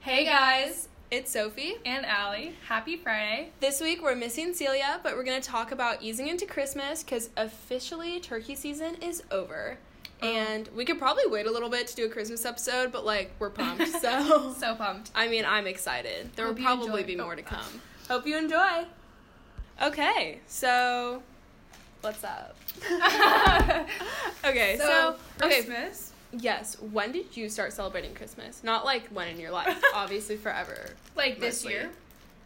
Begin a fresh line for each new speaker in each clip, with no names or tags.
Hey guys,
It's Sophie.
and Allie. Happy Friday.
This week we're missing Celia, but we're going to talk about easing into Christmas because officially turkey season is over. And we could probably wait a little bit to do a Christmas episode, but like we're pumped. So,
So pumped.
I mean, I'm excited. There will
Hope you
probably
enjoy-
be
oh.
more to come. Hope you enjoy. Okay, so what's up? Okay, so, okay,
Christmas.
yes. When did you start celebrating Christmas? Not like when in your life, obviously forever.
Like this
Mostly.
year.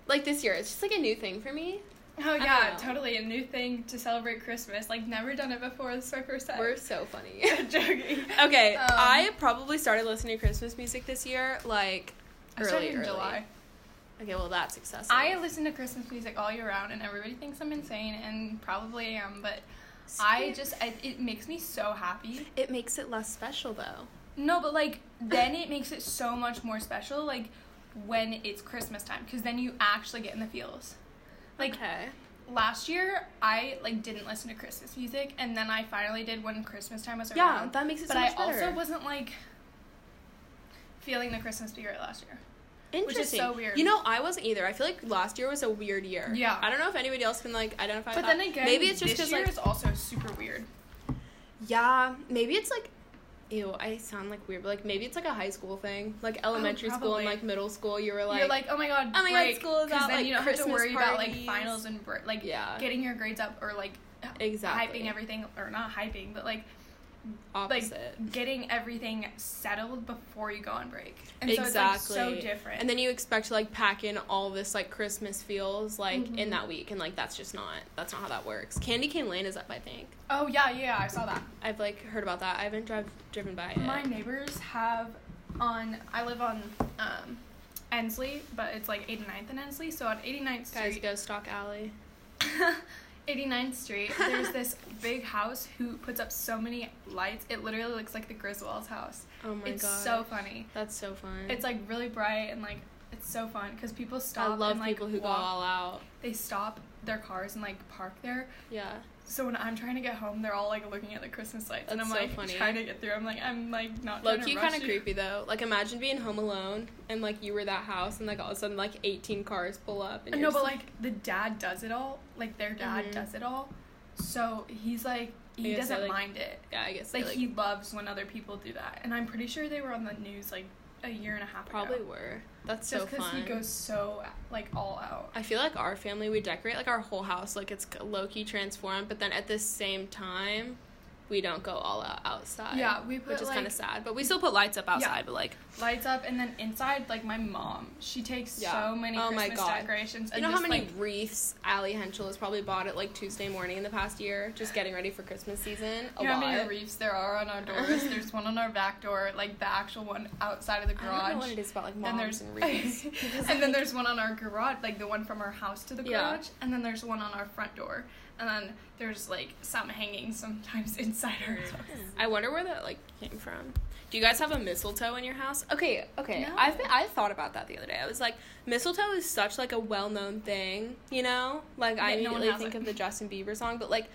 Like this year, it's just like a new thing for me.
Oh
don't
yeah,
know.
totally a new thing to celebrate Christmas. Like never done it before. This is my first time.
We're so funny.
joking.
okay,
Um,
I probably started listening to Christmas music this year, like
I
early,
started in
early.
July.
Okay, well that's excessive.
I listen to Christmas music all year round, and everybody thinks I'm insane, and probably I am. But I just I, it makes me so happy.
it makes it less special though.
No, but like then it makes it so much more special. Like when it's Christmas time, because then you actually get in the feels. Like
Okay.
last year I like didn't listen to Christmas music, and then I finally did when Christmas time was
Yeah,
around.
that makes it
but
so
I
much better.
also wasn't like feeling the Christmas spirit last year.
Interesting.
so weird.
You know, I wasn't either. I feel like last year was a weird year.
Yeah.
I don't know if anybody else can like identify.
But
with that.
then again,
maybe it's just
this
because
year
like
is also super weird.
yeah, maybe it's like. Ew, I sound like weird, but like maybe it's like a high school thing, like elementary school and
probably.
like middle school. You were like,
You're like, oh my god,
oh my God,
break,"
school is
'cause
out,
then
like,
you don't have to
Christmas
worry about like
parties.
finals and br- like
Yeah.
getting your grades up or like
Exactly.
hyping everything or not hyping, but like
opposite.
like getting everything settled before you go on break. And
exactly.
so it's like so different.
And then you expect to like pack in all this like Christmas feels like in
Mhm.
that week, and like that's just not that's not how that works. Candy Cane Lane is up, I think.
oh yeah, yeah, I saw that.
I've like heard about that. I haven't drive driven by it.
My neighbors have on I live on um Ensley, but it's like 89th and Ensley, so on 89th
Guys,
Street.
go Stock Alley.
89th Street, there's this big house who puts up so many lights. It literally looks like the Griswolds house.
Oh my
it's
god,
so funny.
that's so fun.
It's like really bright and like it's so fun because people
I
stop.
love
and, like,
people who go
walk.
all out.
They stop their cars and like park there.
Yeah,
So when I'm trying to get home, they're all like looking at the Christmas lights, and
That's
I'm
so
like
funny.
trying to get through. I'm like I'm like not.
low
trying to
key
rush
kind of
you.
creepy though. Like imagine being home alone and like you were that house and like all of a sudden like eighteen cars pull up. And
No,
you're
but
just
like the dad does it all. Like their dad
Mhm.
does it all. So he's like
I
he
guess
doesn't
I, like-
mind it.
yeah, I guess they,
Like
like,
he loves when other people do that. And I'm pretty sure they were on the news like a year and a half
probably
ago.
were. That's
Just
so fun.
he goes so like all out.
I feel like our family we decorate like our whole house like it's low key transformed, but then at the same time, we don't go all out outside.
Yeah, we
which
put,
is kind
like-
of sad, but we still put lights up outside. But like,
Lights up and then inside like my mom, she takes
Yeah.
so many
Oh my
Christmas
God.
decorations.
you
and
know how
just,
many
like,
wreaths Allie Henschel has probably bought at like Tuesday morning in the past year, just getting ready for Christmas season. A
you know
lot.
how many wreaths there are on our doors? There's one on our back door, like the actual one outside of the garage.
I don't know what it is about like moms
and there's
and wreaths.
and then there's one on our garage, like the one from our house to the
Yeah.
garage, and then there's one on our front door, and then there's like some hanging sometimes inside our house.
I wonder where that like came from. Do you guys have a mistletoe in your house? Okay, okay.
No.
I've been, I thought about that the other day. I was like, mistletoe is such like a well known thing, you know? Like I
Yet no one
immediately
has
think
it.
of the Justin Bieber song, but like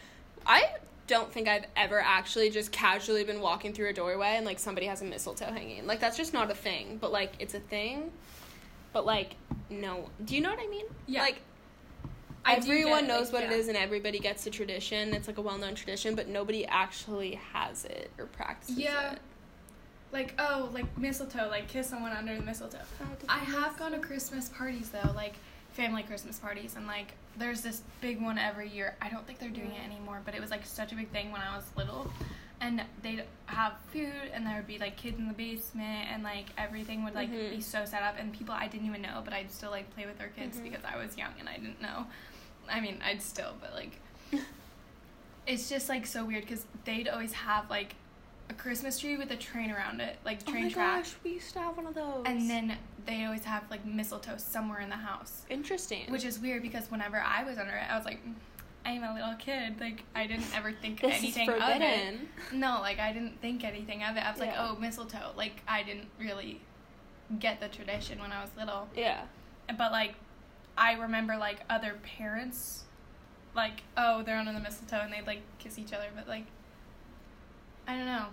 I don't think I've ever actually just casually been walking through a doorway and like somebody has a mistletoe hanging. Like that's just not a thing, but like it's a thing. But like no, do you know what I mean?
Yeah.
Like
I do
everyone
get,
knows
like,
what it
yeah.
is and everybody gets the tradition. It's like a well known tradition, but nobody actually has it or practices
Yeah.
it.
Like oh, like mistletoe, like kiss someone under the mistletoe. I have gone to Christmas parties though, like family Christmas parties, and like there's this big one every year. I don't think they're doing it anymore, but it was like such a big thing when I was little. And they'd have food, and there would be like kids in the basement, and like everything would like
Mhm.
be so set up, and people I didn't even know, but I'd still like play with their kids
Mhm.
because I was young and I didn't know. I mean, I'd still, but like it's just like so weird because they'd always have like a Christmas tree with a train around it, like
Oh
train
my
track.
gosh, we used to have one of those.
And then they always have like mistletoe somewhere in the house,
interesting.
which is weird because whenever I was under it, I was like, "Mm, I'm a little kid. Like I didn't ever think
this is
anything of it.
forbidden.
No, like I didn't think anything of it. I was like,
Yeah.
oh, mistletoe. Like I didn't really get the tradition when I was little.
Yeah.
But like, I remember like other parents, like oh, they're under the mistletoe and they'd like kiss each other. But like, I don't know.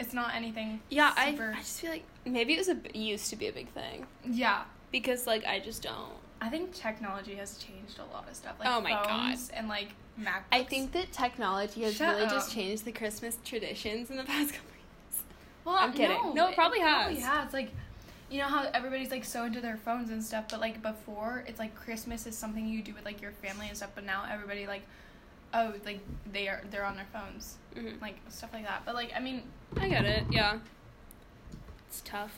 It's not anything.
Yeah, I,
super-
I just feel like Maybe it was a b- used to be a big thing
Yeah.
because like I just don't.
I think technology has changed a lot of stuff. Like
Oh my God.
phones and like MacBooks.
I think that technology has
Shut
really just
up.
changed the Christmas traditions in the past couple years.
Well,
I'm kidding. No, it probably
Probably
has.
has. Like, you know how everybody's like so into their phones and stuff, but like before, it's like Christmas is something you do with like your family and stuff. But now everybody like, oh, like they are they're on their phones,
Mhm.
like stuff like that. But like, I mean,
I get it. Yeah. It's tough.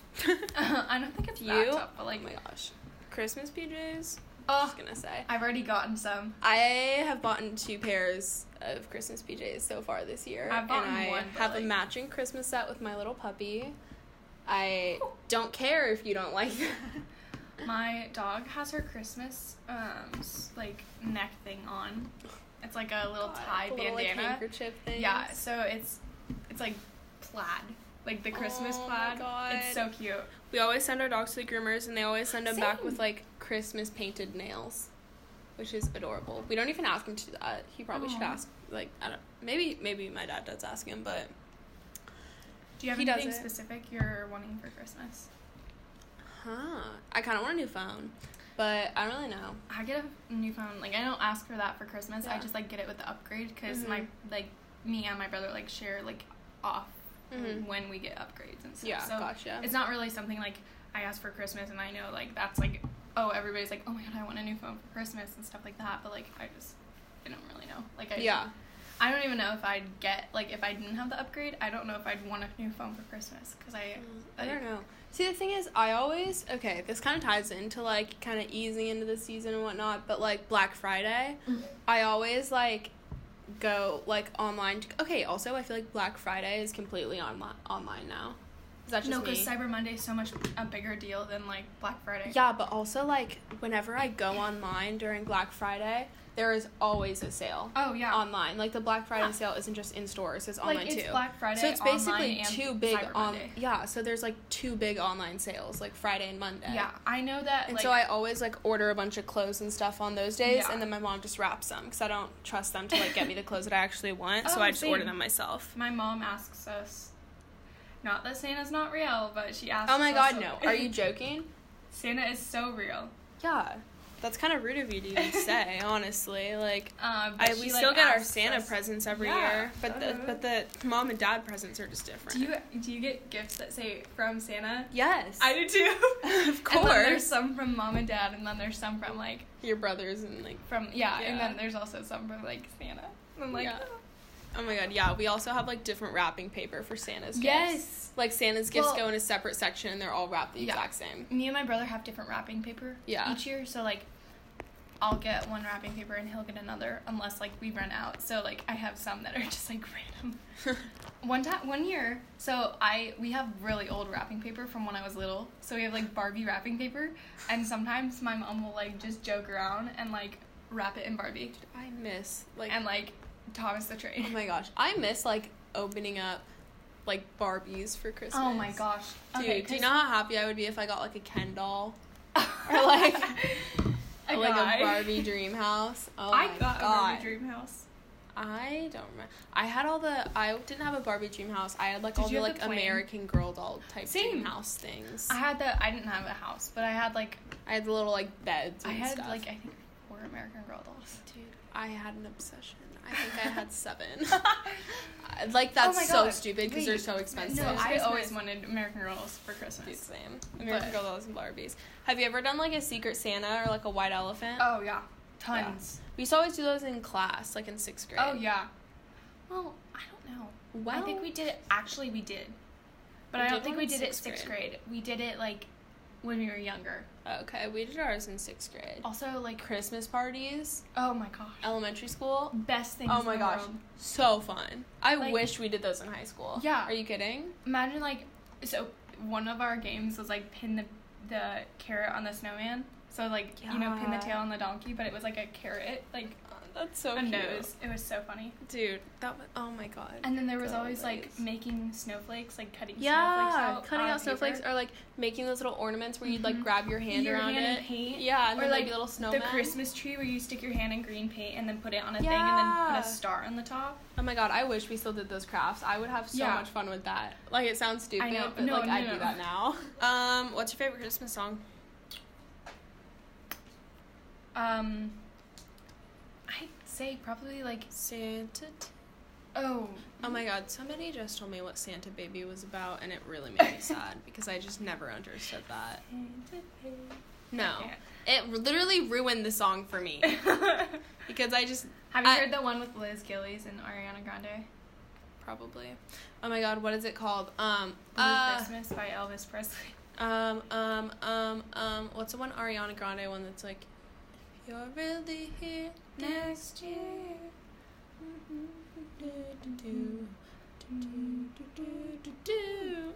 I don't think it's
Do
that
you?
tough. But like,
oh my gosh. Christmas PJs? I was
oh,
gonna say.
I've already gotten some.
I have bought two pairs of Christmas PJs so far this year.
I've bought
and I
one, but,
have
like-
a matching Christmas set with my little puppy. I don't care if you don't like that.
My dog has her Christmas um s- like neck thing on. It's like a little tie
The
bandana.
little, like, handkerchief thing.
Yeah, so it's it's like plaid, like the Christmas
Oh my
plaid. It's so
God.
cute.
We always send our dogs to the groomers, and they always send them back with
Same.
like Christmas painted nails, which is adorable. We don't even ask him to do that. He probably should
Aw.
ask. Like I don't. Maybe maybe my dad does ask him, but
Do you have
He does
anything
it.
specific you're wanting for Christmas?
huh? I kind of want a new phone, but I don't really know.
I get a new phone. Like I don't ask for that for Christmas. I
Yeah.
just like get it with the upgrade because
Mhm.
my like me and my brother like share like off
Mhm.
when we get upgrades and stuff.
Yeah,
so
gotcha.
it's not really something like I ask for Christmas and I know like that's like oh everybody's like oh my god I want a new phone for Christmas and stuff like that. But like I just I don't really know. Like I
yeah,
I don't even know if I'd get like if I didn't have the upgrade. I don't know if I'd want a new phone for Christmas because I
Mm, I don't know. See, the thing is, I always okay. This kind of ties into like kind of easing into the season and whatnot, but like Black Friday, I always like go like online. To, okay, also I feel like Black Friday is completely online online now. Is that just
no
me?
because Cyber Monday is so much a bigger deal than like Black Friday.
yeah, but also like whenever I go online during Black Friday, there is always a sale
Oh yeah.
online. Like the Black Friday
Yeah.
sale isn't just in stores; it's
like
online
it's
too.
Black Friday.
so it's
online
basically
and
two big
Cyber
on
Monday.
yeah. So there's like two big online sales, like Friday and Monday.
Yeah, I know that.
And
like,
so I always like order a bunch of clothes and stuff on those days,
Yeah.
and then my mom just wraps them because I don't trust them to like get me the clothes that I actually want. so
Oh,
I just order
same.
them myself.
my mom asks us. Not that Santa's not real, but she asks.
Oh my
us
god,
a-
no! Are you joking?
Santa is so real.
Yeah, that's kind of rude of you to even say, honestly. Like,
Uh, but
I,
she,
we
like,
still get our
asks
Santa
us-
presents every
Yeah,
year, but the,
duh.
but the mom and dad presents are just different.
Do you do you get gifts that say from Santa?
yes,
I do too.
of
And then there's
course.
some from mom and dad, and then there's some from like
Your brothers and like,
from yeah, and
Yeah.
then there's also some from like Santa. And I'm like,
Yeah. oh my god, yeah. We also have like different wrapping paper for Santa's gifts.
yes.
Like Santa's gifts
Well-
go in a separate section, and they're all wrapped the
Yeah.
exact same.
Me and my brother have different wrapping paper
Yeah.
each year, so like, I'll get one wrapping paper and he'll get another, unless like we run out. So like I have some that are just like random. One time, one year, so I we have really old wrapping paper from when I was little. So we have like Barbie wrapping paper, and sometimes my mom will like just joke around and like wrap it in Barbie
I miss like
and like Thomas the Train.
oh my gosh, I miss like opening up like Barbies for Christmas.
Oh my gosh.
dude,
Okay,
do you
'cause-
know how happy I would be if I got like a Ken doll or like
a
or, like
guy.
a Barbie dream house? Oh
I
my
got
god,
a Barbie dream house.
I don't remember. I had all the I didn't have a Barbie dream house. I had like
Did
all
you
the
have
like
the plane?
American Girl doll type dream
Same.
house things.
I had the I didn't have a house, but I had like
I had the little like beds.
I
and
had
stuff.
like I think four American Girl dolls.
Dude, I had an obsession. I think I had seven. like that's
Oh my
so
God.
stupid because they're
Wait.
so expensive.
No, I
Christmas.
always wanted American Girls for
Dude,
Christmas.
same. American
But-
Girl dolls and Barbies. Have you ever done like a Secret Santa or like a White Elephant?
Oh yeah, tons.
We used to always do those in class, like in sixth grade.
Oh yeah. Well, I don't know.
Well,
I think we did it. Actually, we did, but
We
I
did
don't think
one
we
in
did it
sixth
sixth
grade.
grade. We did it like when we were younger.
Okay, we did ours in sixth grade.
Also, like
Christmas parties,
oh my gosh,
elementary school.
best things.
Oh
in
my
the
gosh,
world.
so fun! I
Like-
wish we did those in high school.
Yeah.
Are you kidding?
Imagine like so one of our games was like pin the the carrot on the snowman. So like you know pin the
Yeah.
tail on the donkey, but it was like a carrot. Like
Uh, That's so
a
cute.
nose. It was so funny.
Dude, that was, oh my god.
And then there was always like
Always.
making snowflakes, like cutting snowflakes
yeah,
out.
cutting
on
out snowflakes
paper.
or like making those little ornaments where you'd like
Mhm.
grab your hand
Your
around
hand
it.
in paint.
Yeah, and
Or,
then like
like,
little
the
snowman.
Christmas tree where you stick your hand in green paint and then put it on a thing and then
Yeah.
put a star on the top.
Oh my god, I wish we still did those crafts. I would have so
Yeah.
much fun with that. Like it sounds stupid,
know.
but
No,
like
no,
I'd
no.
do that now. Um, what's your favorite Christmas song?
Um, I'd say probably like
Santa. T-
oh
oh my god, somebody just told me what Santa Baby was about, and it really made me sad because I just never understood that. No, it literally ruined the song for me because I just
Have you
I-
heard the one with Liz Gillies and Ariana Grande?
probably. Oh my god, what is it called? Um,
Blue
uh,
Christmas by Elvis Presley.
Um, um, um, um, what's the one Ariana Grande one that's like, You're really here next year.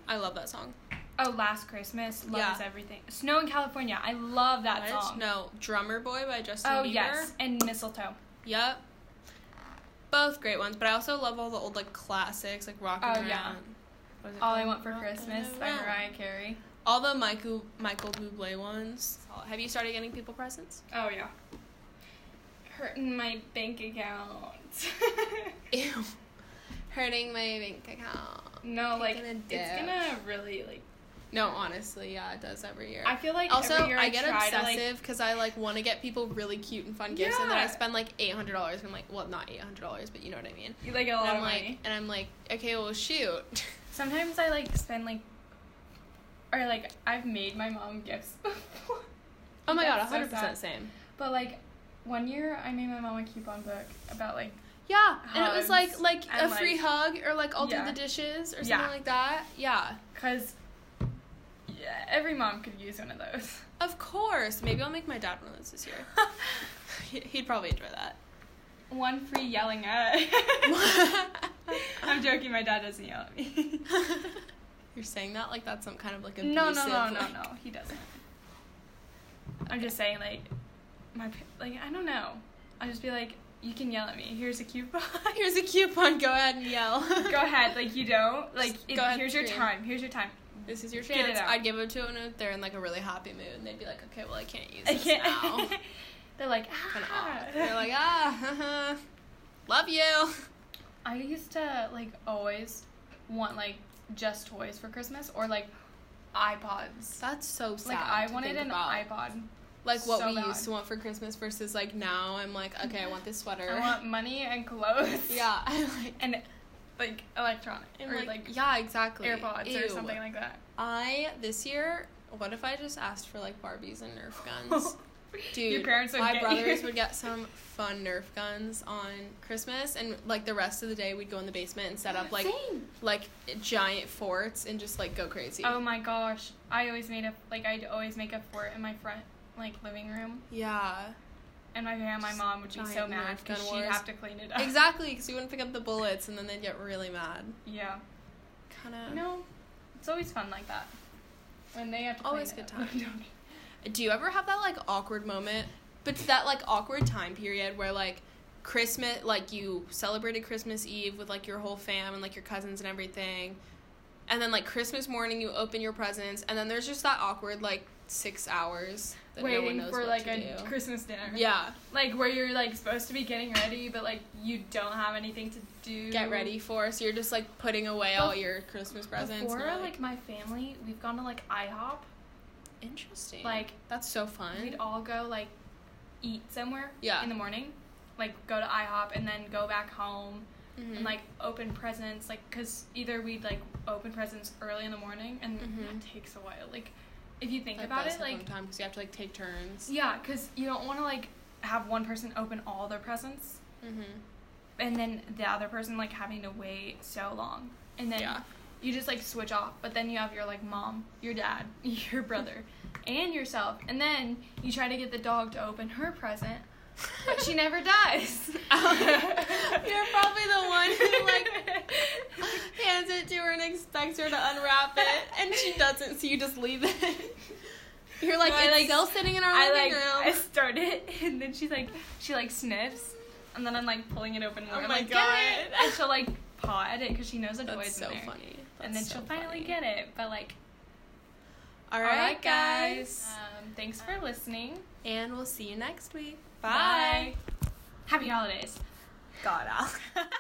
I love that song.
Oh, Last Christmas, Love
Yeah.
is Everything. Snow in California. I love that
What?
song.
No, Drummer Boy by Justin
Oh
Bieber.
yes, and mistletoe.
Yep. Both great ones, but I also love all the old like classics like Rockin'
Oh,
Around.
yeah.
What is it
All I
called?
Want for
Rockin'
Christmas by
Around.
Mariah Carey.
All the Michael Michael Bublé ones. Have you started getting people presents?
Oh yeah. Hurting my bank account.
Ew. Hurting my bank account.
no, like
Taking a
it's
dip.
gonna really like.
No, honestly, yeah, it does every year.
I feel like
also,
every year I,
I get
try to like.
obsessive because I like want to get people really cute and fun gifts, and then I
Yeah.
spend like eight hundred dollars. and I'm like, well, not eight hundred dollars, but you know what I mean.
You like get a
And I'm
lot of
like,
money.
and I'm like, okay, well, shoot.
Sometimes I like spend like, or like I've made my mom gifts before.
oh my god,
That's so
hundred percent
sad.
same.
But like one year I made my mom a coupon book about like
Yeah, and it was like
Hugs
like a
and,
free
like-
hug or like I'll
Yeah.
do the dishes or something
Yeah.
like that. Yeah,
cuz yeah, every mom could use one of those.
of course. Maybe I'll make my dad one of those this year. He- He'd probably enjoy that.
one free yelling at. I'm joking, my dad doesn't yell at me.
You're saying that like that's some kind of like abusive.
no, no, no, no,
like-
no, he doesn't. I'm just saying like my pa- like I don't know. I'll just be like you can yell at me. Here's a coupon.
Here's a coupon. Go ahead and yell.
Go ahead, like you don't. Like
Just
it,
go ahead,
here's your
scream.
time. Here's your time.
This is your
Get it
chance.
out.
I'd give it to them if they're in like a really happy mood, and they'd be like, "Okay, well, I can't use
I
this
can't.
now."
They're like,
Kinda
ah.
odd. They're like, "Ah, love you."
I used to like always want like just toys for Christmas or like iPods.
That's so sad.
Like I
to
wanted
think
an
about.
iPod.
Like what
so
we
bad.
used to want for Christmas versus like now. I'm like, okay, I want this sweater.
I want money and clothes.
yeah, I'm like,
And like electronic
I'm
or
like,
like,
yeah, exactly.
AirPods or
Ew.
something like that.
I this year, what if I just asked for like Barbies and Nerf guns? Dude,
Your parents would
my
get
brothers
you.
would get some fun Nerf guns on Christmas, and like the rest of the day, we'd go in the basement and set up like
Same.
like giant forts and just like go crazy.
Oh my gosh! I always made a like I'd always make a fort in my front like living room,
yeah,
and my parent, my
Just
mom would be so
giant
mad
Nerf gun
because she'd
wars.
have to clean it up.
exactly, because you wouldn't pick up the bullets, and then they'd get really mad.
Yeah.
Kind of.
You know, it's always fun like that. When they have to
Always
clean it
good
up.
time. Do you ever have that like awkward moment? But it's that like awkward time period where like Christmas, like you celebrated Christmas Eve with like your whole fam and like your cousins and everything, and then like Christmas morning you open your presents, and then there's just that awkward like six hours that no one
Waiting
knows
for
what
like
to
a
do.
Christmas dinner.
yeah,
Like where you're like supposed to be getting ready, but like you don't have anything to do.
get ready for. So you're just like putting away all
Bef-
your Christmas presents.
Before
and you're,
like, my family, we've gone to like IHOP.
interesting.
Like
that's so fun.
we'd all go like eat somewhere.
Yeah.
In the morning, like go to IHOP and then go back home
Mhm.
and like open presents. Like because either we'd like open presents early in the morning and
Mhm.
that takes a while. Like if you think
That
about
does
it,
happen
like
sometimes 'cause you have to like take turns.
Yeah, because you don't want to like have one person open all their presents
Mm-hmm.
and then the other person like having to wait so long. And then
Yeah.
you just like switch off, but then you have your like mom, your dad, your brother, and yourself. And then you try to get the dog to open her present, but she never does.
You're probably the one who like hands it to her and expects her to unwrap it, and she doesn't, so you just leave it. You're like,
No, I,
it's
like-
still sitting in our
I
living
like I
room.
start it and then she's like she like sniffs and then I'm like pulling it open more.
Oh
I'm
my
like,
God.
Get it! And she'll like paw at it because she knows a toy's
That's so
in there.
funny. That's
and then
so
she'll finally
funny.
get it. But like,
All right, guys.
Um, thanks for listening.
And we'll see you next week.
Happy holidays.
God, Al.